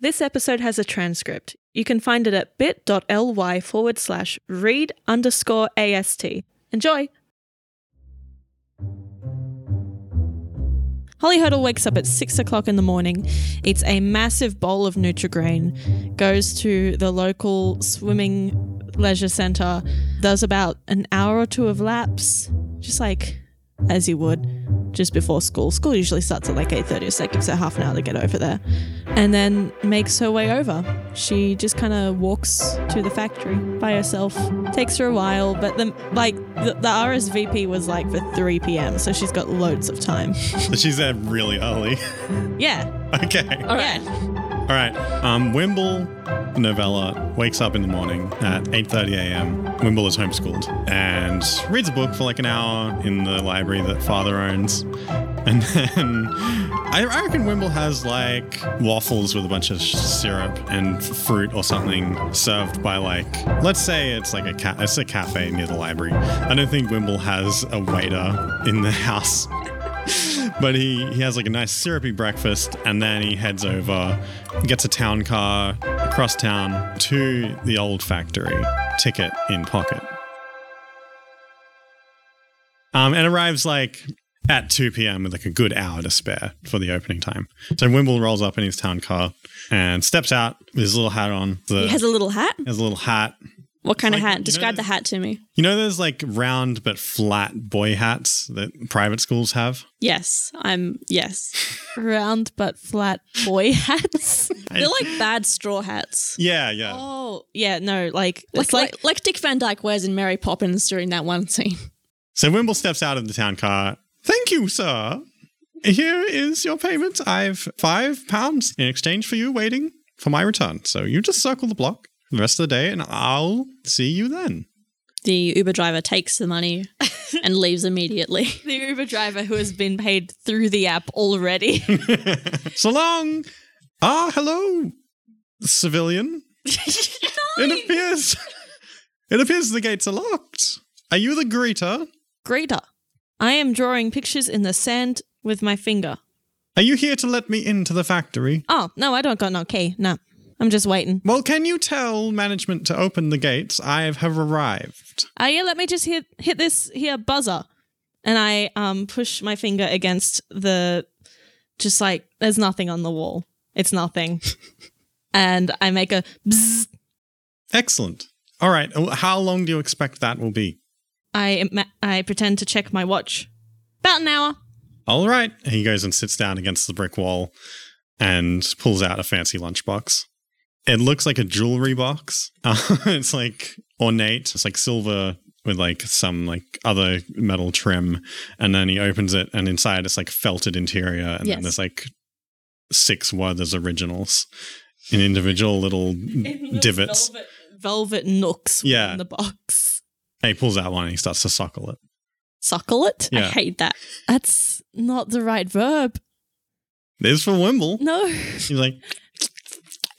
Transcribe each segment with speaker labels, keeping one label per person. Speaker 1: This episode has a transcript. You can find it at bit.ly forward slash read underscore AST. Enjoy! Holly Hurdle wakes up at six o'clock in the morning, eats a massive bowl of Nutrigrain, goes to the local swimming leisure centre, does about an hour or two of laps, just like as you would just before school. School usually starts at like 8.30, so that gives her half an hour to get over there. And then makes her way over. She just kind of walks to the factory by herself. Takes her a while, but the, like the, the RSVP was like for 3 p.m., so she's got loads of time.
Speaker 2: She's there really early.
Speaker 1: Yeah,
Speaker 2: okay.
Speaker 3: All right.
Speaker 1: yeah.
Speaker 2: All right. Um, Wimble Novella wakes up in the morning at 8.30 a.m. Wimble is homeschooled and reads a book for like an hour in the library that father owns. And then I, I reckon Wimble has like waffles with a bunch of syrup and f- fruit or something served by like, let's say it's like a ca- it's a cafe near the library. I don't think Wimble has a waiter in the house but he, he has like a nice syrupy breakfast and then he heads over, gets a town car across town to the old factory, ticket in pocket. Um, and arrives like at 2 p.m. with like a good hour to spare for the opening time. So Wimble rolls up in his town car and steps out with his little hat on. The,
Speaker 3: He has a little hat.
Speaker 2: has a little hat.
Speaker 3: What kind of
Speaker 2: Like, you know
Speaker 3: hat? Describe the
Speaker 2: those-
Speaker 3: hat to me.
Speaker 2: You know those like round but flat boy hats that private schools have?
Speaker 3: Yes, I'm. Yes,
Speaker 1: Round but flat boy hats.
Speaker 3: they're like bad straw hats.
Speaker 2: Yeah, yeah.
Speaker 1: oh, yeah, no, like,
Speaker 3: Like,
Speaker 1: it's like,
Speaker 3: like like Dick Van Dyke wears in Mary Poppins during that one scene.
Speaker 2: So Wimble steps out of the town car. Thank you, sir. Here is your payment. I've five pounds in exchange for you waiting for my return. So you just circle the block the rest of the day and I'll see you then.
Speaker 3: The Uber driver takes the money and leaves immediately.
Speaker 1: the Uber driver who has been paid through the app already.
Speaker 2: So long. Ah, hello, civilian. It appears It appears the gates are locked. Are you the greeter?
Speaker 1: Greater. I am drawing pictures in the sand with my finger.
Speaker 2: Are you here to let me into the factory?
Speaker 1: Oh, no, I don't got no key. No, I'm just waiting.
Speaker 2: Well, can you tell management to open the gates? I have arrived.
Speaker 1: Uh, yeah, let me just hit hit this here buzzer, and I um push my finger against the, just like there's nothing on the wall. It's nothing, and I make a bzzz.
Speaker 2: Excellent. All right. Oh, How long do you expect that will be?
Speaker 1: I ima- I pretend to check my watch. About an hour.
Speaker 2: All right. And he goes and sits down against the brick wall and pulls out a fancy lunchbox. It looks like a jewelry box. it's like ornate. It's like silver with like some like other metal trim. And then he opens it and inside it's like felted interior. And then
Speaker 3: Yes.
Speaker 2: there's like six Werther's originals in individual little divots.
Speaker 1: Velvet, velvet nooks.
Speaker 2: Yeah.
Speaker 1: in the box.
Speaker 2: And he pulls out one and he starts to suckle it.
Speaker 1: Suckle it.
Speaker 3: I
Speaker 2: Yeah.
Speaker 3: hate that.
Speaker 1: That's not the right verb.
Speaker 2: This is for Wimble.
Speaker 1: No.
Speaker 2: He's like,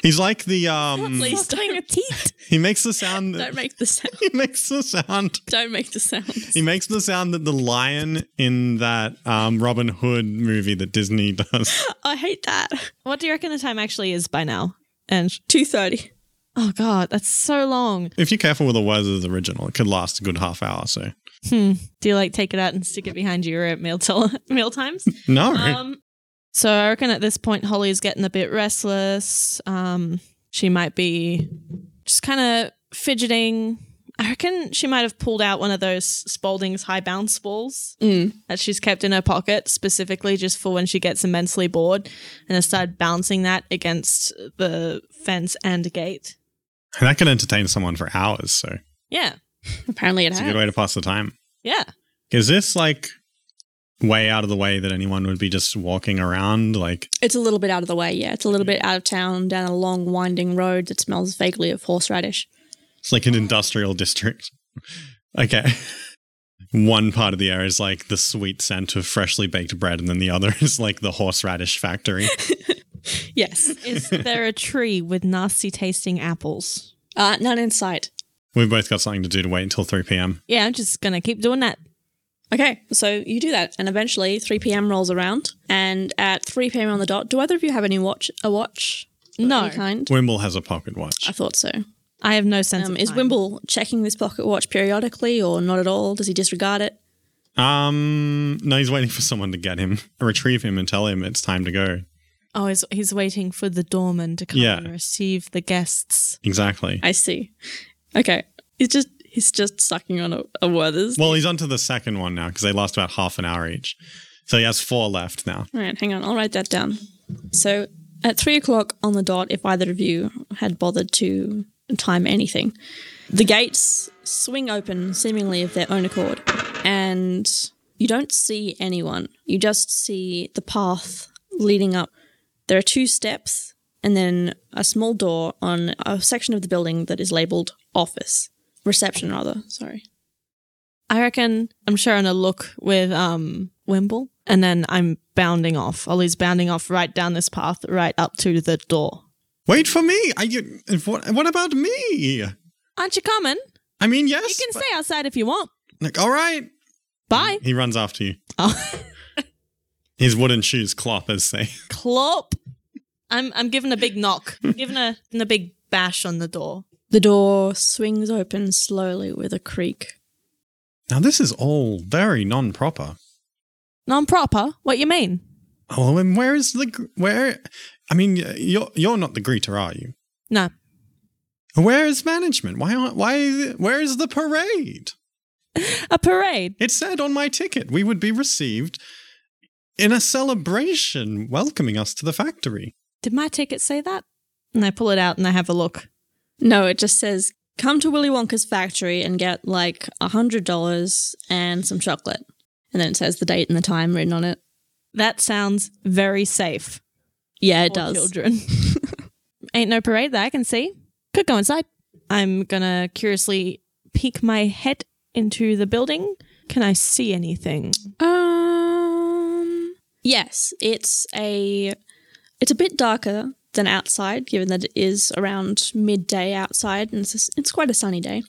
Speaker 2: he's like the um.
Speaker 3: Please don't repeat.
Speaker 2: He makes the sound. That,
Speaker 3: don't make the sound.
Speaker 2: he makes the sound.
Speaker 3: Don't make the sound.
Speaker 2: He makes the sound that the lion in that um, Robin Hood movie that Disney does.
Speaker 3: I hate that.
Speaker 1: What do you reckon the time actually is by now? And
Speaker 3: Two thirty.
Speaker 1: oh god, that's so long.
Speaker 2: If you're careful with the words of the original, it could last a good half hour. So
Speaker 1: Hmm. Do you like take it out and stick it behind you at meal till meal times?
Speaker 2: no,
Speaker 1: Um, so I reckon at this point Holly's getting a bit restless. Um, she might be just kind of fidgeting. I reckon she might have pulled out one of those Spalding's high bounce balls
Speaker 3: Mm.
Speaker 1: that she's kept in her pocket specifically just for when she gets immensely bored and has started bouncing that against the fence and gate.
Speaker 2: And that could entertain someone for hours. So
Speaker 1: Yeah.
Speaker 3: Apparently, it
Speaker 2: it's a
Speaker 3: has.
Speaker 2: good way to pass the time.
Speaker 1: Yeah.
Speaker 2: Is this like way out of the way that anyone would be just walking around? Like,
Speaker 3: It's a little bit out of the way, yeah. It's a little
Speaker 1: Mm-hmm.
Speaker 3: bit out of town, down a long winding road that smells vaguely of horseradish.
Speaker 2: It's like an industrial district. Okay. One part of the area is like the sweet scent of freshly baked bread, and then the other is like the horseradish factory.
Speaker 3: Yes.
Speaker 1: Is there a tree with nasty tasting apples?
Speaker 3: Uh, none in sight.
Speaker 2: We've both got something to do to wait until 3 p.m.
Speaker 1: Yeah, I'm just going to keep doing that.
Speaker 3: Okay, so you do that, and eventually 3 p.m. rolls around, and at 3 p.m. on the dot, do either of you have any watch a watch? of
Speaker 1: No.
Speaker 3: any kind?
Speaker 2: Wimble has a pocket
Speaker 3: I
Speaker 2: watch.
Speaker 3: thought so.
Speaker 1: I have no sense
Speaker 3: Um,
Speaker 1: of
Speaker 3: is
Speaker 1: time.
Speaker 3: Wimble checking this pocket watch periodically or not at all? Does he disregard it?
Speaker 2: Um, no, he's waiting for someone to get him, retrieve him, and tell him it's time to go.
Speaker 1: Oh, he's, he's waiting for the doorman to come
Speaker 2: Yeah.
Speaker 1: and receive the guests.
Speaker 2: Exactly.
Speaker 3: I see. Okay. He's just he's just sucking on a, a Werther's.
Speaker 2: Well, he's onto the second one now because they last about half an hour each. So he has four left now.
Speaker 3: All right, hang on. I'll write that down. So at three o'clock on the dot, if either of you had bothered to time anything, the gates swing open, seemingly of their own accord, and you don't see anyone. You just see the path leading up. There are two steps and then a small door on a section of the building that is labeled office, reception, rather. Sorry.
Speaker 1: I reckon I'm sharing a look with um Wimble and then I'm bounding off. Ollie's bounding off right down this path, right up to the door.
Speaker 2: Wait for me. I get. if- What, what about me?
Speaker 1: Aren't you coming?
Speaker 2: I mean,
Speaker 1: You
Speaker 2: yes.
Speaker 1: can stay outside if you want.
Speaker 2: Like, all right.
Speaker 1: Bye.
Speaker 2: He runs after you.
Speaker 1: Oh,
Speaker 2: His wooden shoes clop, as they.
Speaker 1: clop. I'm I'm giving a big knock. I'm giving a, a big bash on the door.
Speaker 3: The door swings open slowly with a creak.
Speaker 2: Now, this is all very non proper.
Speaker 1: Non proper? What you mean?
Speaker 2: Oh, and where is the. gr- Where. I mean, you're, you're not the greeter, are you?
Speaker 1: No.
Speaker 2: Where is management? Why aren't. Why. Where is the parade?
Speaker 1: A parade.
Speaker 2: It said on my ticket we would be received in a celebration welcoming us to the factory.
Speaker 1: Did my ticket say that? And I pull it out and I have a look.
Speaker 3: No, it just says come to Willy Wonka's factory and get like a hundred dollars and some chocolate. And then it says the date and the time written on it.
Speaker 1: That sounds very safe.
Speaker 3: Yeah, it
Speaker 1: for
Speaker 3: does.
Speaker 1: Children. Ain't no parade that I can see. Could go inside. I'm gonna curiously peek my head into the building. Can I see anything?
Speaker 3: Um Yes, it's a it's a bit darker than outside, given that it is around midday outside and it's, it's quite a sunny day.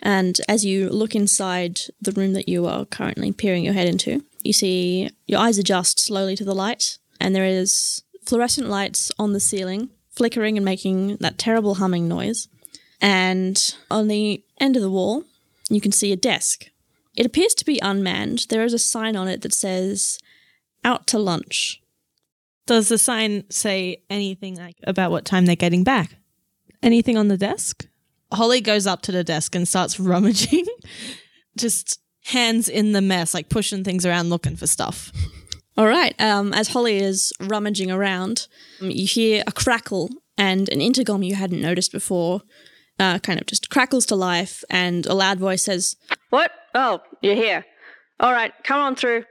Speaker 3: And as you look inside the room that you are currently peering your head into, you see your eyes adjust slowly to the light, and there is fluorescent lights on the ceiling, flickering and making that terrible humming noise. And on the end of the wall, you can see a desk. It appears to be unmanned. There is a sign on it that says, out to lunch.
Speaker 1: Does the sign say anything like about what time they're getting back? Anything on the desk? Holly goes up to the desk and starts rummaging, just hands in the mess, like pushing things around looking for stuff.
Speaker 3: All right. Um, as Holly is rummaging around, um, you hear a crackle and an intercom you hadn't noticed before uh, kind of just crackles to life, and a loud voice says,
Speaker 4: What? Oh, you're here. All right, come on through.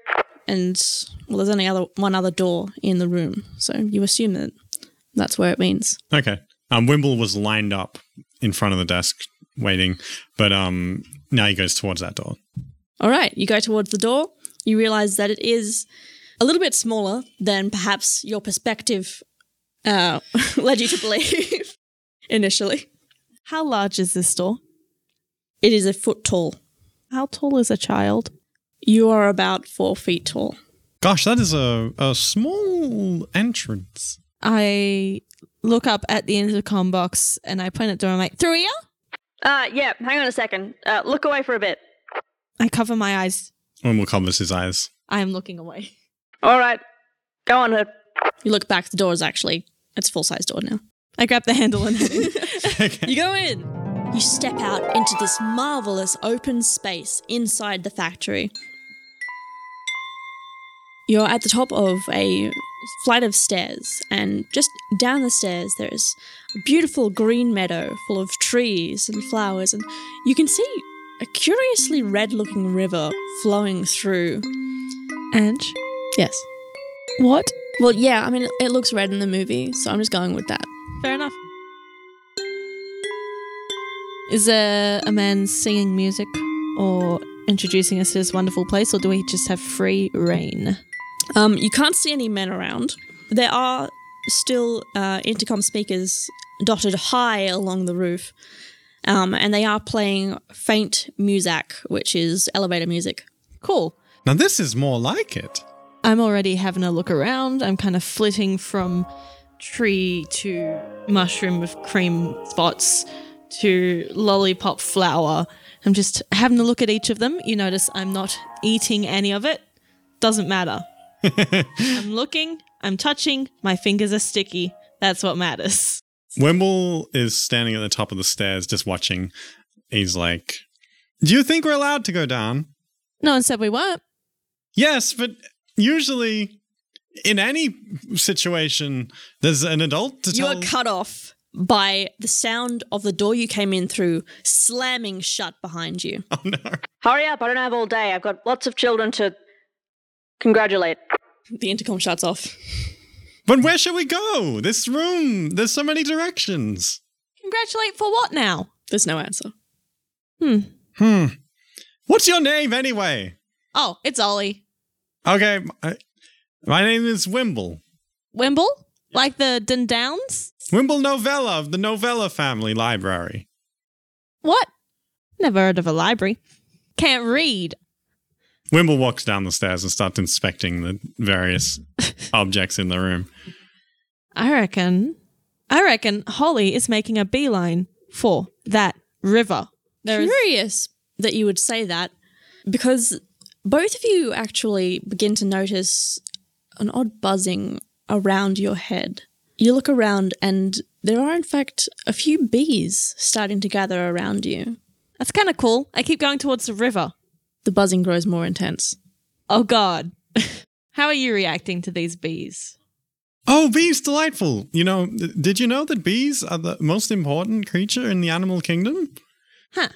Speaker 3: and well, there's only other one other door in the room, so you assume that that's where it means.
Speaker 2: Okay. Um, Wimble was lined up in front of the desk waiting, but um, now he goes towards that door.
Speaker 3: All right, you go towards the door. You realize that it is a little bit smaller than perhaps your perspective uh, led you to believe initially.
Speaker 1: How large is this door?
Speaker 3: It is a foot tall.
Speaker 1: How tall is a child?
Speaker 3: You are about four feet tall.
Speaker 2: Gosh, that is a, a small entrance.
Speaker 1: I look up at the intercom box and I point at the door. I'm like, through here?
Speaker 4: Uh, yeah, hang on a second. Uh, look away for a bit.
Speaker 1: I cover my eyes.
Speaker 2: Wimble covers his eyes.
Speaker 1: I am looking away.
Speaker 4: All right, go on, Hood.
Speaker 3: You look back, the door is actually it's a full size door now.
Speaker 1: I grab the handle and head in.
Speaker 2: Okay.
Speaker 3: You go in. You step out into this marvelous open space inside the factory. You're at the top of a flight of stairs, and just down the stairs, there is a beautiful green meadow full of trees and flowers, and you can see a curiously red looking river flowing through.
Speaker 1: Ange,
Speaker 3: Yes.
Speaker 1: what?
Speaker 3: Well, yeah, I mean, it- it looks red in the movie, so I'm just going with that.
Speaker 1: Fair enough. Is there a man singing music or introducing us to this wonderful place, or do we just have free reign?
Speaker 3: Um, you can't see any men around. There are still uh, intercom speakers dotted high along the roof, um, and they are playing faint muzak, which is elevator music.
Speaker 1: Cool.
Speaker 2: Now, this is more like it.
Speaker 1: I'm already having a look around. I'm kind of flitting from tree to mushroom with cream spots to lollipop flower. I'm just having a look at each of them. You notice I'm not eating any of it. Doesn't matter. I'm looking, I'm touching, my fingers are sticky. That's what matters.
Speaker 2: Wimble is standing at the top of the stairs just watching. He's like, Do you think we're allowed to go down?
Speaker 1: No one said we weren't.
Speaker 2: Yes, but usually in any situation, there's an adult to
Speaker 3: You
Speaker 2: tell.
Speaker 3: are cut off by the sound of the door you came in through slamming shut behind you.
Speaker 2: oh, no.
Speaker 4: Hurry up, I don't have all day. I've got lots of children to congratulate.
Speaker 3: The intercom shuts off.
Speaker 2: But where should we go? This room, there's so many directions.
Speaker 1: Congratulate for what now?
Speaker 3: There's no answer.
Speaker 2: Hmm. What's your name anyway?
Speaker 1: Oh, it's Ollie.
Speaker 2: Okay, my, my name is Wimble.
Speaker 1: Wimble? Like the Dundowns?
Speaker 2: Wimble Novella of the Novella Family Library.
Speaker 1: What? Never heard of a library. Can't read.
Speaker 2: Wimble walks down the stairs and starts inspecting the various objects in the room.
Speaker 1: I reckon. I reckon Holly is making a beeline for that river. There is
Speaker 3: Curious that you would say that because both of you actually begin to notice an odd buzzing around your head. You look around and there are, in fact, a few bees starting to gather around you.
Speaker 1: that's kind of cool. I keep going towards the river.
Speaker 3: The buzzing grows more intense.
Speaker 1: Oh God. How are you reacting to these bees?
Speaker 2: Oh, bees, delightful. You know, th- did you know that bees are the most important creature in the animal kingdom?
Speaker 1: Huh.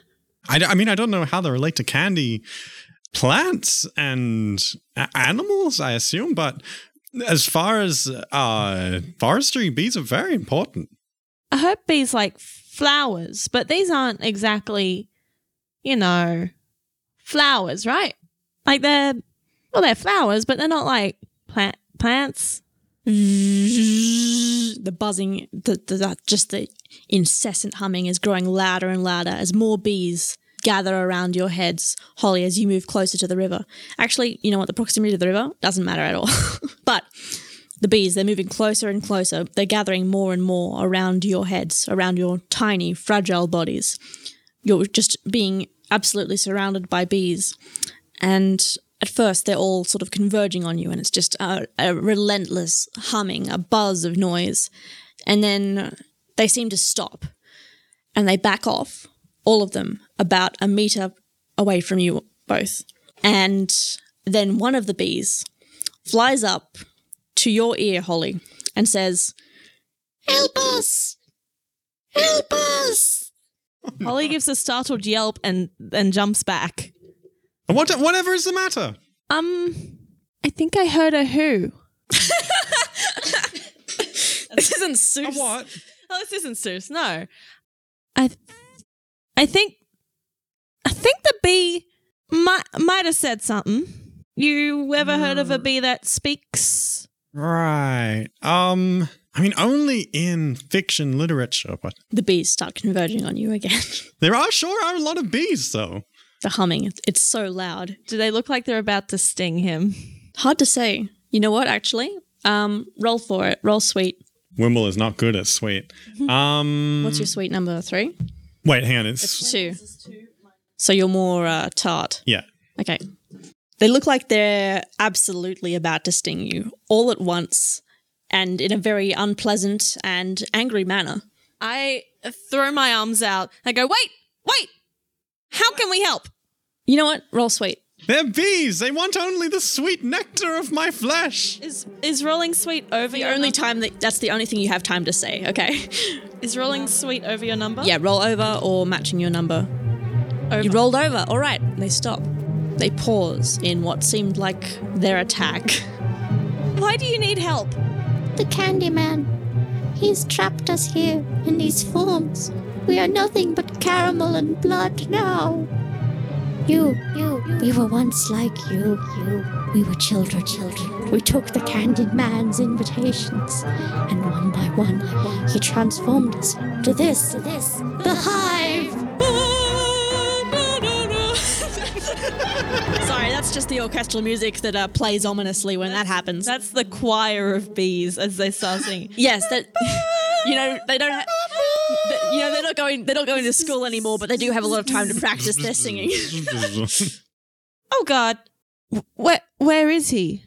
Speaker 2: I, d- I mean, I don't know how they relate to candy plants and a- animals, I assume, but as far as uh, forestry, bees are very important.
Speaker 1: I hope bees like flowers, but these aren't exactly, you know, flowers, right? Like they're well, they're flowers, but they're not like plant plants.
Speaker 3: the buzzing, the, the, that just the incessant humming is growing louder and louder as more bees gather around your heads, Holly, as you move closer to the river. Actually, you know what? The proximity to the river doesn't matter at all. but the bees, they're moving closer and closer. They're gathering more and more around your heads, around your tiny, fragile bodies. You're just being absolutely surrounded by bees. And at first, they're all sort of converging on you, and it's just a, a relentless humming, a buzz of noise. And then they seem to stop and they back off, all of them, about a meter away from you both. And then one of the bees flies up to your ear, Holly, and says, Help us! Help us!
Speaker 1: Holly gives a startled yelp and and jumps back.
Speaker 2: And what, whatever is the matter?
Speaker 1: Um, I think I heard a who.
Speaker 3: This isn't Seuss.
Speaker 2: What?
Speaker 1: Oh, this isn't Seuss. No, I, th- I think, I think the bee might might have said something. You ever heard of a bee that speaks?
Speaker 2: Right. Um, I mean, only in fiction literature, but
Speaker 3: The bees start converging on you again.
Speaker 2: there are sure are a lot of bees, though.
Speaker 3: the humming, it's- it's so loud.
Speaker 1: Do they look like they're about to sting him?
Speaker 3: Hard to say. You know what, actually? Um, roll for it. Roll sweet.
Speaker 2: Wimble is not good at sweet. Um,
Speaker 3: What's your sweet number? Three?
Speaker 2: wait, hang on. It's,
Speaker 3: Two. So you're more uh, tart.
Speaker 2: yeah.
Speaker 3: Okay. They look like they're absolutely about to sting you all at once and in a very unpleasant and angry manner.
Speaker 1: I throw my arms out. I go, wait, wait. How can we help?
Speaker 3: You know what? Roll sweet.
Speaker 2: They're bees. They want only the sweet nectar of my flesh.
Speaker 1: Is is rolling sweet over
Speaker 3: The
Speaker 1: your
Speaker 3: only time that that's the only thing you have time to say, okay?
Speaker 1: is rolling sweet over your number?
Speaker 3: yeah, roll over or matching your number.
Speaker 1: Over.
Speaker 3: You rolled over. All right. They stop. They pause in what seemed like their attack.
Speaker 1: Why do you need help?
Speaker 5: the Candyman. He's trapped us here in these forms. We are nothing but caramel and blood now. You, you, we were once like you, you. We were children, children. We took the Candid Man's invitations, and one by one, he transformed us to this, to this, the Hive.
Speaker 3: Sorry, that's That's just the orchestral music that uh, plays ominously when that happens.
Speaker 1: That's the choir of bees as they start singing.
Speaker 3: yes, that you know they don't. Ha- that- you know they're not going. They're not going to school anymore, but they do have a lot of time to practice their singing.
Speaker 1: Oh God, Wh- where where is he?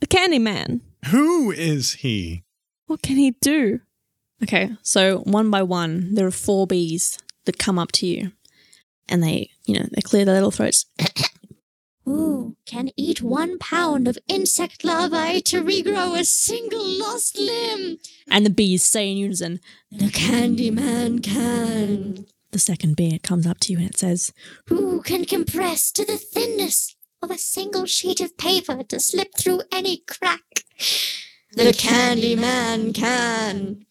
Speaker 1: The Candyman.
Speaker 2: Who is he?
Speaker 1: What can he do?
Speaker 3: Okay, so one by one, there are four bees that come up to you, and they, you know, they clear their little throats.
Speaker 5: Who can eat one pound of insect larvae to regrow a single lost limb?
Speaker 3: And the bees say in unison,
Speaker 5: The Candyman can.
Speaker 3: the second bee comes up to you and it says,
Speaker 5: Who can compress to the thinness of a single sheet of paper to slip through any crack? The Candyman can.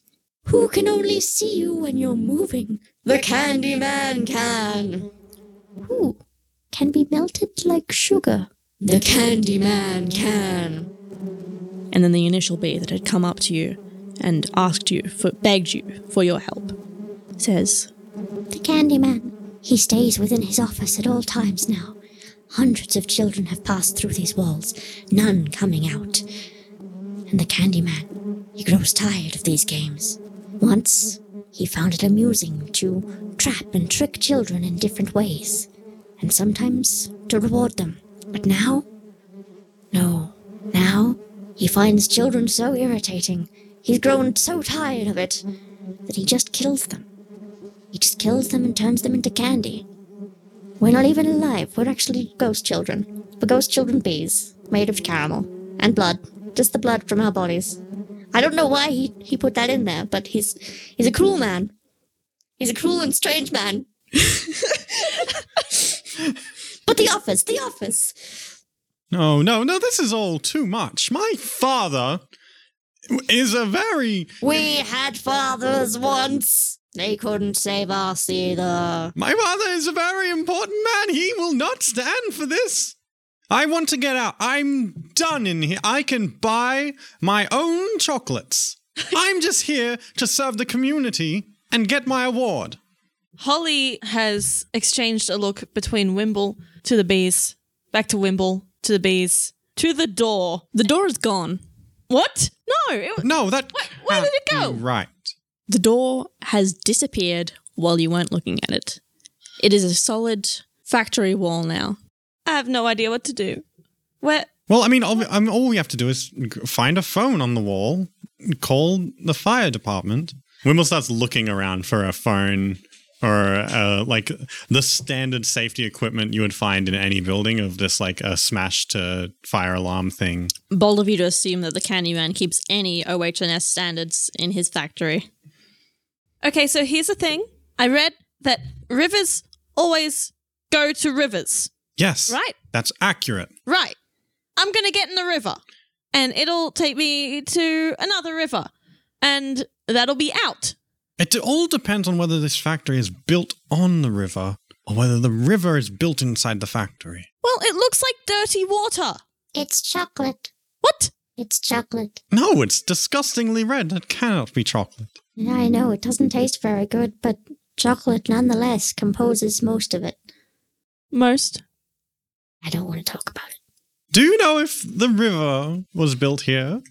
Speaker 5: Who can only see you when you're moving? The Candyman can. Who can be melted like sugar? The Candyman can.
Speaker 3: and then the initial bee that had come up to you and asked you for, begged you for your help, says,
Speaker 5: The Candyman. He stays within his office at all times now. Hundreds of children have passed through these walls, none coming out. And the Candyman, he grows tired of these games. Once, he found it amusing to trap and trick children in different ways, and sometimes to reward them. But now? No. Now, he finds children so irritating, he's grown so tired of it, that he just kills them. He just kills them and turns them into candy. We're not even alive. We're actually ghost children. We're ghost children bees, made of caramel and blood. Just the blood from our bodies. I don't know why he, he put that in there, but he's he's a cruel man. He's a cruel and strange man. but the office, the office.
Speaker 2: No, no, no, this is all too much. My father is a very.
Speaker 5: We had fathers once. They couldn't save us either.
Speaker 2: My father is a very important man. He will not stand for this. I want to get out. I'm done in here. I can buy my own chocolates. I'm just here to serve the community and get my award.
Speaker 1: Holly has exchanged a look between Wimble to the bees, back to Wimble to the bees, to the door.
Speaker 3: The door is gone.
Speaker 1: What? No, it,
Speaker 2: No, that.
Speaker 1: where did it go?
Speaker 2: Right.
Speaker 3: The door has disappeared while you weren't looking at it. It is a solid factory wall now.
Speaker 1: I have no idea what to do. Where?
Speaker 2: Well, I mean, all, I mean, all we have to do is g- find a phone on the wall, call the fire department. Wimble starts looking around for a phone or uh, like the standard safety equipment you would find in any building of this like a smash to fire alarm thing.
Speaker 3: Bold of you to assume that the Candyman keeps any OHS standards in his factory.
Speaker 1: Okay, so here's the thing. I read that rivers always go to rivers,
Speaker 2: Yes,
Speaker 1: right?
Speaker 2: That's accurate.
Speaker 1: Right. I'm going to get in the river and it'll take me to another river and that'll be out.
Speaker 2: It d- all depends on whether this factory is built on the river or whether the river is built inside the factory.
Speaker 1: Well, it looks like dirty water.
Speaker 5: It's chocolate.
Speaker 1: What?
Speaker 5: It's chocolate.
Speaker 2: No, it's disgustingly red. That cannot be chocolate.
Speaker 5: Yeah, I know it doesn't taste very good, but chocolate nonetheless composes most of it.
Speaker 1: Most.
Speaker 5: I don't want to talk about it.
Speaker 2: Do you know if the river was built here?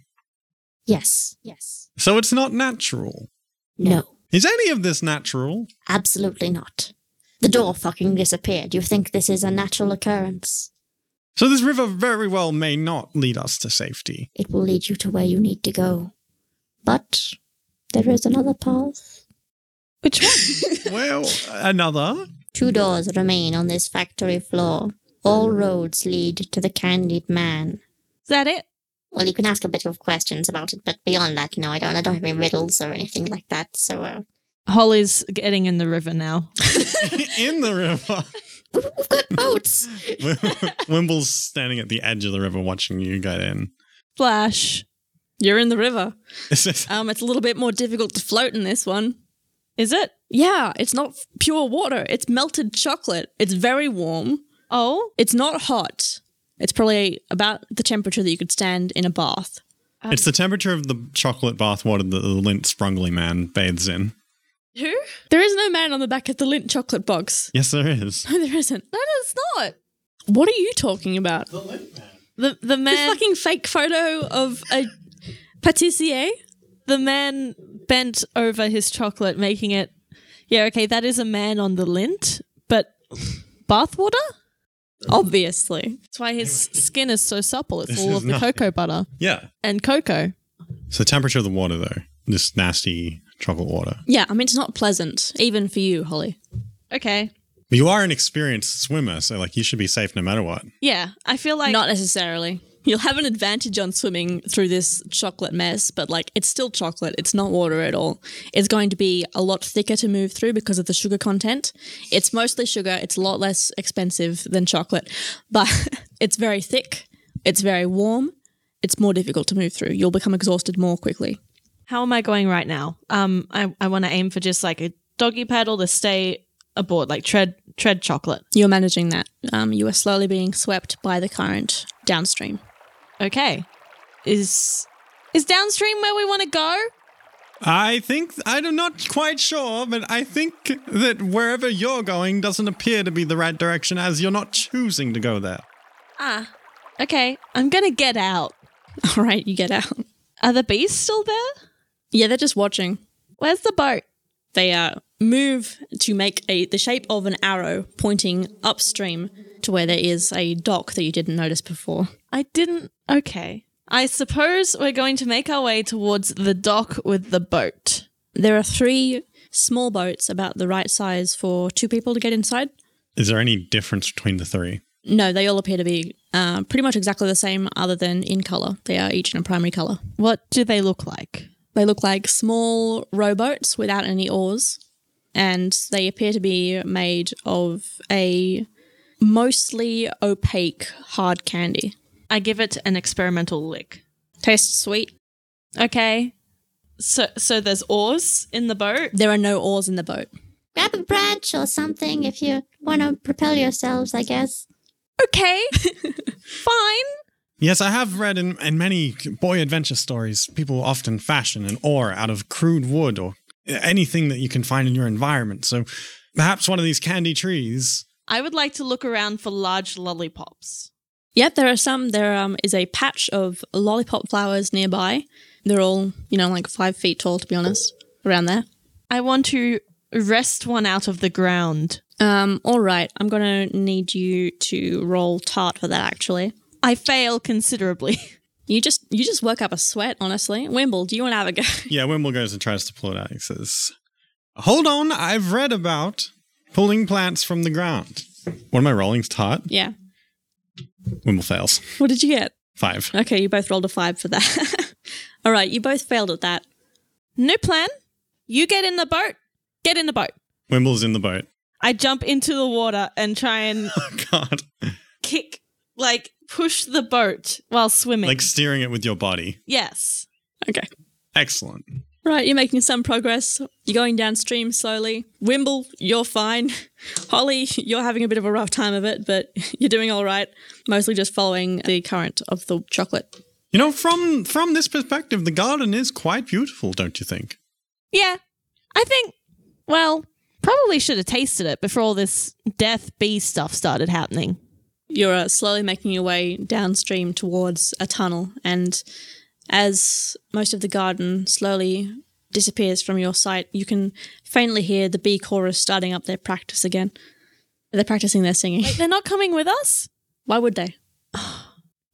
Speaker 5: Yes. Yes.
Speaker 2: So it's not natural.
Speaker 5: No.
Speaker 2: Is any of this natural?
Speaker 5: Absolutely not. The door fucking disappeared. You think this is a natural occurrence?
Speaker 2: So this river very well may not lead us to safety.
Speaker 5: It will lead you to where you need to go. But there is another path.
Speaker 1: Which one?
Speaker 2: well, another.
Speaker 5: Two doors remain on this factory floor. All roads lead to the Candied Man.
Speaker 1: Is that it?
Speaker 5: Well, you can ask a bit of questions about it, but beyond that, no, I don't. I don't have any riddles or anything like that. So, uh,
Speaker 1: Holly's getting in the river now.
Speaker 2: In the river.
Speaker 5: we've got boats.
Speaker 2: Wimble's standing at the edge of the river watching you get in.
Speaker 1: Splash.
Speaker 3: You're in the river.
Speaker 2: This is-
Speaker 3: Um, it's a little bit more difficult to float in this one.
Speaker 1: Is it?
Speaker 3: Yeah, it's not f- pure water. It's melted chocolate. It's very warm.
Speaker 1: Oh.
Speaker 3: It's not hot. It's probably about the temperature that you could stand in a bath.
Speaker 2: it's the temperature of the chocolate bath water that the lint sprungly man bathes in.
Speaker 1: Who?
Speaker 3: There is no man on the back of the lint chocolate box.
Speaker 2: Yes, there is.
Speaker 3: No, there isn't.
Speaker 1: No, it's not.
Speaker 3: What are you talking about? The
Speaker 1: The the man
Speaker 3: fucking fake photo of a patissier?
Speaker 1: the man bent over his chocolate, making it. Yeah, okay, that is a man on the lint, but bathwater.
Speaker 3: Obviously.
Speaker 1: That's why his skin is so supple. It's
Speaker 2: This
Speaker 1: all
Speaker 2: is
Speaker 1: of the
Speaker 2: not-
Speaker 1: cocoa butter
Speaker 2: Yeah.
Speaker 1: and cocoa.
Speaker 2: So temperature of the water though, this nasty chocolate water.
Speaker 3: Yeah, I mean, it's not pleasant, even for you, Holly.
Speaker 1: Okay.
Speaker 2: But you are an experienced swimmer, so like you should be safe no matter what.
Speaker 1: Yeah, I feel like
Speaker 3: not necessarily. You'll have an advantage on swimming through this chocolate mess, but like it's still chocolate. It's not water at all. It's going to be a lot thicker to move through because of the sugar content. It's mostly sugar. It's a lot less expensive than chocolate, but it's very thick. It's very warm. It's more difficult to move through. You'll become exhausted more quickly.
Speaker 1: how am I going right now? Um, I I want to aim for just like a doggy paddle to stay aboard, like tread tread chocolate.
Speaker 3: You're managing that. Um, you are slowly being swept by the current downstream.
Speaker 1: Okay. Is is downstream where we want to go?
Speaker 2: I think I'm not quite sure, but I think that wherever you're going doesn't appear to be the right direction as you're not choosing to go there.
Speaker 1: Ah. Okay, I'm gonna get out.
Speaker 3: All right, you get out.
Speaker 1: Are the bees still there?
Speaker 3: Yeah, they're just watching.
Speaker 1: Where's the boat?
Speaker 3: They uh, move to make a the shape of an arrow pointing upstream to where there is a dock that you didn't notice before.
Speaker 1: I didn't. Okay. I suppose we're going to make our way towards the dock with the boat.
Speaker 3: There are three small boats about the right size for two people to get inside.
Speaker 2: Is there any difference between the three?
Speaker 3: No, they all appear to be uh, pretty much exactly the same, other than in color. They are each in a primary color.
Speaker 1: What do they look like?
Speaker 3: They look like small rowboats without any oars, and they appear to be made of a mostly opaque hard candy.
Speaker 1: I give it an experimental lick.
Speaker 3: Tastes sweet.
Speaker 1: Okay. So so there's oars in the boat.
Speaker 3: There are no oars in the boat.
Speaker 5: Grab a branch or something if you want to propel yourselves, I guess.
Speaker 1: Okay. Fine.
Speaker 2: Yes, I have read in, in many boy adventure stories, people often fashion an oar out of crude wood or anything that you can find in your environment. So perhaps one of these candy trees.
Speaker 1: I would like to look around for large lollipops.
Speaker 3: Yep, there are some. There um, is a patch of lollipop flowers nearby. They're all, you know, like five feet tall, to be honest, around there.
Speaker 1: I want to wrest one out of the ground.
Speaker 3: Um, all right, I'm going to need you to roll tart for that, actually.
Speaker 1: I fail considerably.
Speaker 3: You just you just work up a sweat, honestly. Wimble, do you want to have a go?
Speaker 2: Yeah, Wimble goes and tries to pull it out. He says, Hold on, I've read about pulling plants from the ground. One of my rollings taught.
Speaker 3: yeah.
Speaker 2: Wimble fails.
Speaker 3: What did you get?
Speaker 2: Five.
Speaker 3: Okay, you both rolled a five for that. all right, you both failed at that.
Speaker 1: New plan. You get in the boat. Get in the boat.
Speaker 2: Wimble's in the boat.
Speaker 1: I jump into the water and try and
Speaker 2: Oh, God.
Speaker 1: kick, like push the boat while swimming.
Speaker 2: Like steering it with your body.
Speaker 1: yes.
Speaker 3: Okay.
Speaker 2: Excellent.
Speaker 3: Right, you're making some progress. You're going downstream slowly. Wimble, you're fine. Holly, you're having a bit of a rough time of it, but you're doing all right. Mostly just following the current of the chocolate.
Speaker 2: You know, from from this perspective, the garden is quite beautiful, don't you think?
Speaker 1: Yeah. I think, well, probably should have tasted it before all this death bee stuff started happening.
Speaker 3: You're uh, slowly making your way downstream towards a tunnel, and as most of the garden slowly disappears from your sight, you can faintly hear the bee chorus starting up their practice again. They're practicing their singing.
Speaker 1: Wait, they're not coming with us?
Speaker 3: Why would they?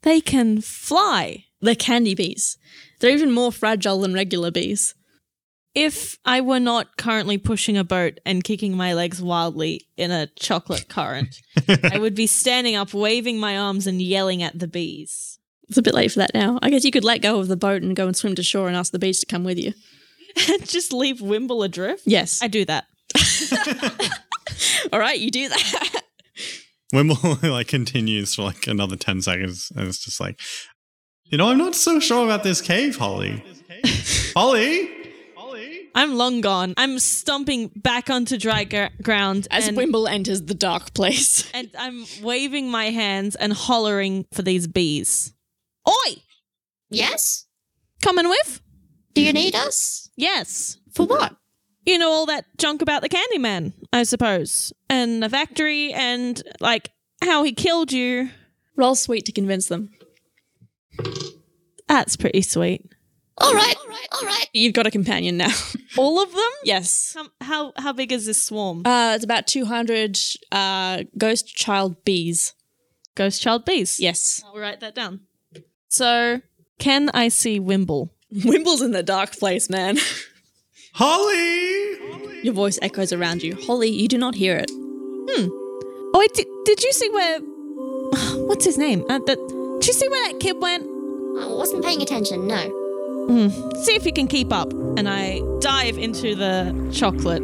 Speaker 1: They can fly.
Speaker 3: They're candy bees. They're even more fragile than regular bees.
Speaker 1: If I were not currently pushing a boat and kicking my legs wildly in a chocolate current, I would be standing up, waving my arms and yelling at the bees.
Speaker 3: It's a bit late for that now. I guess you could let go of the boat and go and swim to shore and ask the bees to come with you.
Speaker 1: Just leave Wimble adrift.
Speaker 3: Yes.
Speaker 1: I do that.
Speaker 3: All right, you do that.
Speaker 2: Wimble like continues for like another ten seconds, and it's just like, you know, I'm not so sure about this cave, Holly. Holly,
Speaker 1: I'm long gone. I'm stumping back onto dry gr- ground.
Speaker 3: As
Speaker 1: and-
Speaker 3: Wimble enters the dark place.
Speaker 1: and I'm waving my hands and hollering for these bees. Oi!
Speaker 5: Yes?
Speaker 1: Coming with?
Speaker 5: Do you need us?
Speaker 1: Yes.
Speaker 5: For what?
Speaker 1: You know all that junk about the Candyman, I suppose, and the factory, and like how he killed you.
Speaker 3: Roll sweet to convince them.
Speaker 1: That's pretty sweet.
Speaker 5: All right, all right, all right.
Speaker 3: You've got a companion now.
Speaker 1: All of them?
Speaker 3: yes.
Speaker 1: How how, how big is this swarm?
Speaker 3: Uh, it's about 200 uh, ghost child bees.
Speaker 1: Ghost child bees.
Speaker 3: Yes.
Speaker 1: I'll write that down. So, can I see Wimble?
Speaker 3: Wimble's in the dark place, man.
Speaker 2: Holly!
Speaker 3: Your voice echoes around you. Holly, you do not hear it.
Speaker 1: Oh, wait, did, did you see where? What's his name? Uh, that, did you see where that kid went?
Speaker 5: I wasn't paying attention, no.
Speaker 1: See if you can keep up. And I dive into the chocolate,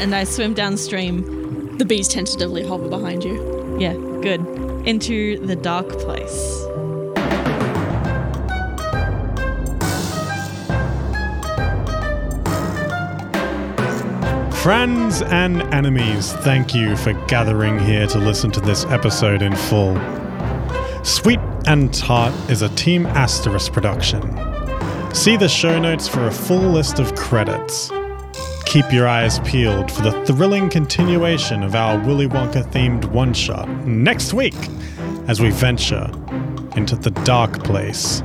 Speaker 1: and I swim downstream.
Speaker 3: The bees tentatively hover behind you.
Speaker 1: Yeah, good. Into the dark place.
Speaker 2: Friends and enemies, thank you for gathering here to listen to this episode in full. Sweet and Tart is a Team Asterisk production. See the show notes for a full list of credits. Keep your eyes peeled for the thrilling continuation of our Willy Wonka themed one shot next week as we venture into the dark place